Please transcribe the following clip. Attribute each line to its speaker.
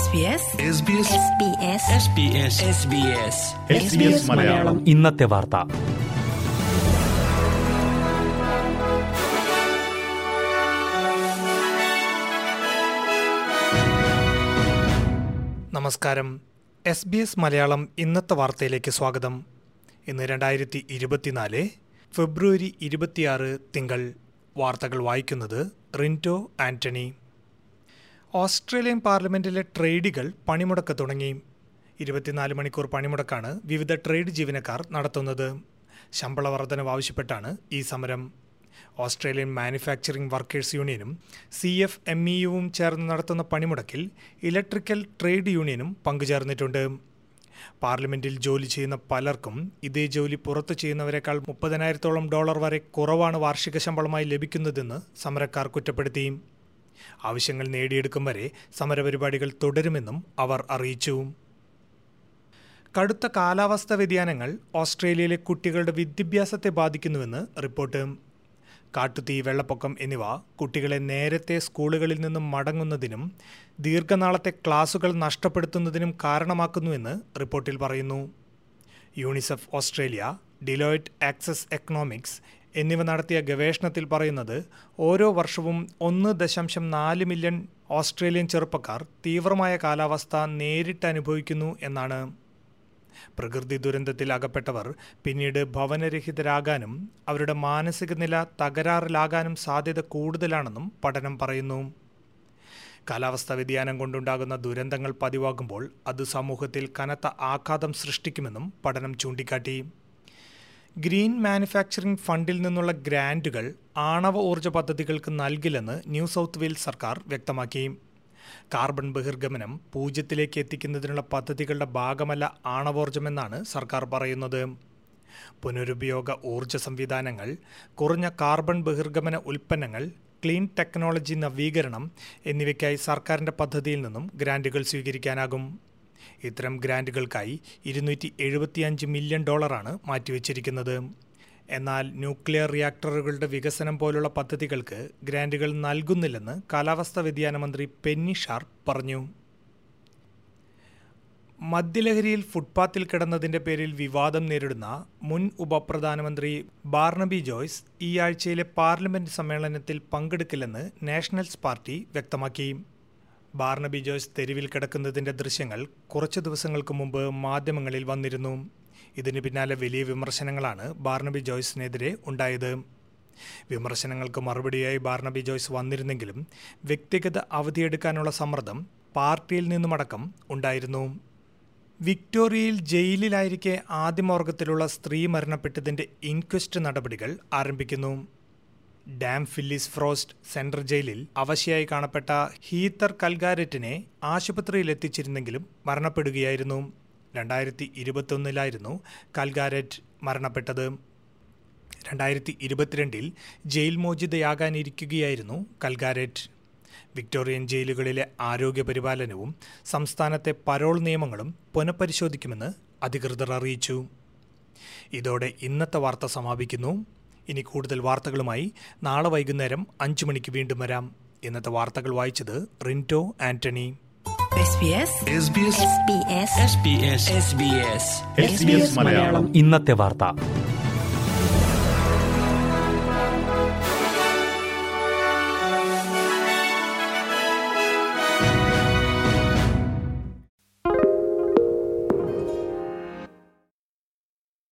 Speaker 1: SBS SBS
Speaker 2: Malayalam
Speaker 3: ഇന്നത്തെ വാർത്ത
Speaker 4: നമസ്കാരം എസ് ബി എസ് മലയാളം ഇന്നത്തെ വാർത്തയിലേക്ക് സ്വാഗതം ഇന്ന് രണ്ടായിരത്തി ഇരുപത്തിനാല് ഫെബ്രുവരി ഇരുപത്തിയാറ് തിങ്കൾ വാർത്തകൾ വായിക്കുന്നത് റിൻറ്റോ ആന്റണി ഓസ്ട്രേലിയൻ പാർലമെൻറ്റിലെ ട്രേഡുകൾ പണിമുടക്ക് തുടങ്ങി ഇരുപത്തിനാല് മണിക്കൂർ പണിമുടക്കാണ് വിവിധ ട്രേഡ് ജീവനക്കാർ നടത്തുന്നത് ശമ്പള വർധനവ് ആവശ്യപ്പെട്ടാണ് ഈ സമരം ഓസ്ട്രേലിയൻ മാനുഫാക്ചറിംഗ് വർക്കേഴ്സ് യൂണിയനും സി എഫ് എം ഇ യുവും ചേർന്ന് നടത്തുന്ന പണിമുടക്കിൽ ഇലക്ട്രിക്കൽ ട്രേഡ് യൂണിയനും പങ്കുചേർന്നിട്ടുണ്ട് പാർലമെന്റിൽ ജോലി ചെയ്യുന്ന പലർക്കും ഇതേ ജോലി പുറത്തു ചെയ്യുന്നവരെക്കാൾ മുപ്പതിനായിരത്തോളം ഡോളർ വരെ കുറവാണ് വാർഷിക ശമ്പളമായി ലഭിക്കുന്നതെന്ന് സമരക്കാർ കുറ്റപ്പെടുത്തി ആവശ്യങ്ങൾ നേടിയെടുക്കും വരെ സമരപരിപാടികൾ തുടരുമെന്നും അവർ അറിയിച്ചു കടുത്ത കാലാവസ്ഥാ വ്യതിയാനങ്ങൾ ഓസ്ട്രേലിയയിലെ കുട്ടികളുടെ വിദ്യാഭ്യാസത്തെ ബാധിക്കുന്നുവെന്ന് റിപ്പോർട്ട് കാട്ടുതീ വെള്ളപ്പൊക്കം എന്നിവ കുട്ടികളെ നേരത്തെ സ്കൂളുകളിൽ നിന്നും മടങ്ങുന്നതിനും ദീർഘനാളത്തെ ക്ലാസുകൾ നഷ്ടപ്പെടുത്തുന്നതിനും കാരണമാക്കുന്നുവെന്ന് റിപ്പോർട്ടിൽ പറയുന്നു UNICEF Australia Deloitte Access Economics എന്നിവ നടത്തിയ ഗവേഷണത്തിൽ പറയുന്നത് ഓരോ വർഷവും ഒന്ന് ദശാംശം നാല് മില്യൺ ഓസ്ട്രേലിയൻ ചെറുപ്പക്കാർ തീവ്രമായ കാലാവസ്ഥ നേരിട്ട് അനുഭവിക്കുന്നു എന്നാണ് പ്രകൃതി ദുരന്തത്തിൽ അകപ്പെട്ടവർ പിന്നീട് ഭവനരഹിതരാകാനും അവരുടെ മാനസിക നില തകരാറിലാകാനും സാധ്യത കൂടുതലാണെന്നും പഠനം പറയുന്നു കാലാവസ്ഥാ വ്യതിയാനം കൊണ്ടുണ്ടാകുന്ന ദുരന്തങ്ങൾ പതിവാകുമ്പോൾ അത് സമൂഹത്തിൽ കനത്ത ആഘാതം സൃഷ്ടിക്കുമെന്നും പഠനം ചൂണ്ടിക്കാട്ടി ഗ്രീൻ മാനുഫാക്ചറിംഗ് ഫണ്ടിൽ നിന്നുള്ള ഗ്രാൻറ്റുകൾ ആണവ ഊർജ്ജ പദ്ധതികൾക്ക് നൽകില്ലെന്ന് ന്യൂ സൗത്ത് വെയിൽസ് സർക്കാർ വ്യക്തമാക്കി കാർബൺ ബഹിർഗമനം പൂജ്യത്തിലേക്ക് എത്തിക്കുന്നതിനുള്ള പദ്ധതികളുടെ ഭാഗമല്ല ആണവോർജ്ജമെന്നാണ് സർക്കാർ പറയുന്നത് പുനരുപയോഗ ഊർജ്ജ സംവിധാനങ്ങൾ കുറഞ്ഞ കാർബൺ ബഹിർഗമന ഉൽപ്പന്നങ്ങൾ ക്ലീൻ ടെക്നോളജി നവീകരണം എന്നിവയ്ക്കായി സർക്കാരിൻ്റെ പദ്ധതിയിൽ നിന്നും ഗ്രാൻറ്റുകൾ സ്വീകരിക്കാനാകും ഇത്തരം ഗ്രാൻറ്റുകൾക്കായി ഇരുന്നൂറ്റി എഴുപത്തിയഞ്ച് മില്യൺ ഡോളറാണ് മാറ്റിവെച്ചിരിക്കുന്നത് എന്നാൽ ന്യൂക്ലിയർ റിയാക്ടറുകളുടെ വികസനം പോലുള്ള പദ്ധതികൾക്ക് ഗ്രാൻറ്റുകൾ നൽകുന്നില്ലെന്ന് കാലാവസ്ഥാ വ്യതിയാന മന്ത്രി പെന്നി ഷാർപ്പ് പറഞ്ഞു മദ്യലഹരിയിൽ ഫുട്പാത്തിൽ കിടന്നതിൻ്റെ പേരിൽ വിവാദം നേരിടുന്ന മുൻ ഉപപ്രധാനമന്ത്രി ബാർണബി ജോയ്സ് ഈ ആഴ്ചയിലെ പാർലമെൻറ്റ് സമ്മേളനത്തിൽ പങ്കെടുക്കില്ലെന്ന് നാഷണൽസ് പാർട്ടി വ്യക്തമാക്കി ബാർണബി ജോയ്സ് തെരുവിൽ കിടക്കുന്നതിൻ്റെ ദൃശ്യങ്ങൾ കുറച്ച് ദിവസങ്ങൾക്ക് മുമ്പ് മാധ്യമങ്ങളിൽ വന്നിരുന്നു ഇതിന് പിന്നാലെ വലിയ വിമർശനങ്ങളാണ് ബാർണബി ജോയ്സിനെതിരെ ഉണ്ടായത് വിമർശനങ്ങൾക്ക് മറുപടിയായി ബാർണബി ജോയ്സ് വന്നിരുന്നെങ്കിലും വ്യക്തിഗത അവധിയെടുക്കാനുള്ള സമ്മർദ്ദം പാർട്ടിയിൽ നിന്നുമടക്കം ഉണ്ടായിരുന്നു വിക്ടോറിയയിൽ ജയിലിലായിരിക്കെ ആദ്യമവർഗത്തിലുള്ള സ്ത്രീ മരണപ്പെട്ടതിൻ്റെ ഇൻക്വസ്റ്റ് നടപടികൾ ആരംഭിക്കുന്നു ഡാം ഫില്ലിസ് ഫ്രോസ്റ്റ് സെൻട്രൽ ജയിലിൽ അവശയായി കാണപ്പെട്ട ഹീത്തർ കൽഗാരറ്റിനെ ആശുപത്രിയിൽ എത്തിച്ചിരുന്നെങ്കിലും മരണപ്പെടുകയായിരുന്നു രണ്ടായിരത്തി ഇരുപത്തൊന്നിലായിരുന്നു കൽഗാരറ്റ് മരണപ്പെട്ടത് രണ്ടായിരത്തി ഇരുപത്തിരണ്ടിൽ ജയിൽ മോചിതയാകാനിരിക്കുകയായിരുന്നു കൽഗാരറ്റ് വിക്ടോറിയൻ ജയിലുകളിലെ ആരോഗ്യ പരിപാലനവും സംസ്ഥാനത്തെ പരോൾ നിയമങ്ങളും പുനഃപരിശോധിക്കുമെന്ന് അധികൃതർ അറിയിച്ചു ഇതോടെ ഇന്നത്തെ വാർത്ത സമാപിക്കുന്നു ഇനി കൂടുതൽ വാർത്തകളുമായി നാളെ വൈകുന്നേരം അഞ്ചു മണിക്ക് വീണ്ടും വരാം ഇന്നത്തെ വാർത്തകൾ വായിച്ചത് Rinto Antony
Speaker 1: SBS SBS SBS
Speaker 3: Malayalam ഇന്നത്തെ വാർത്ത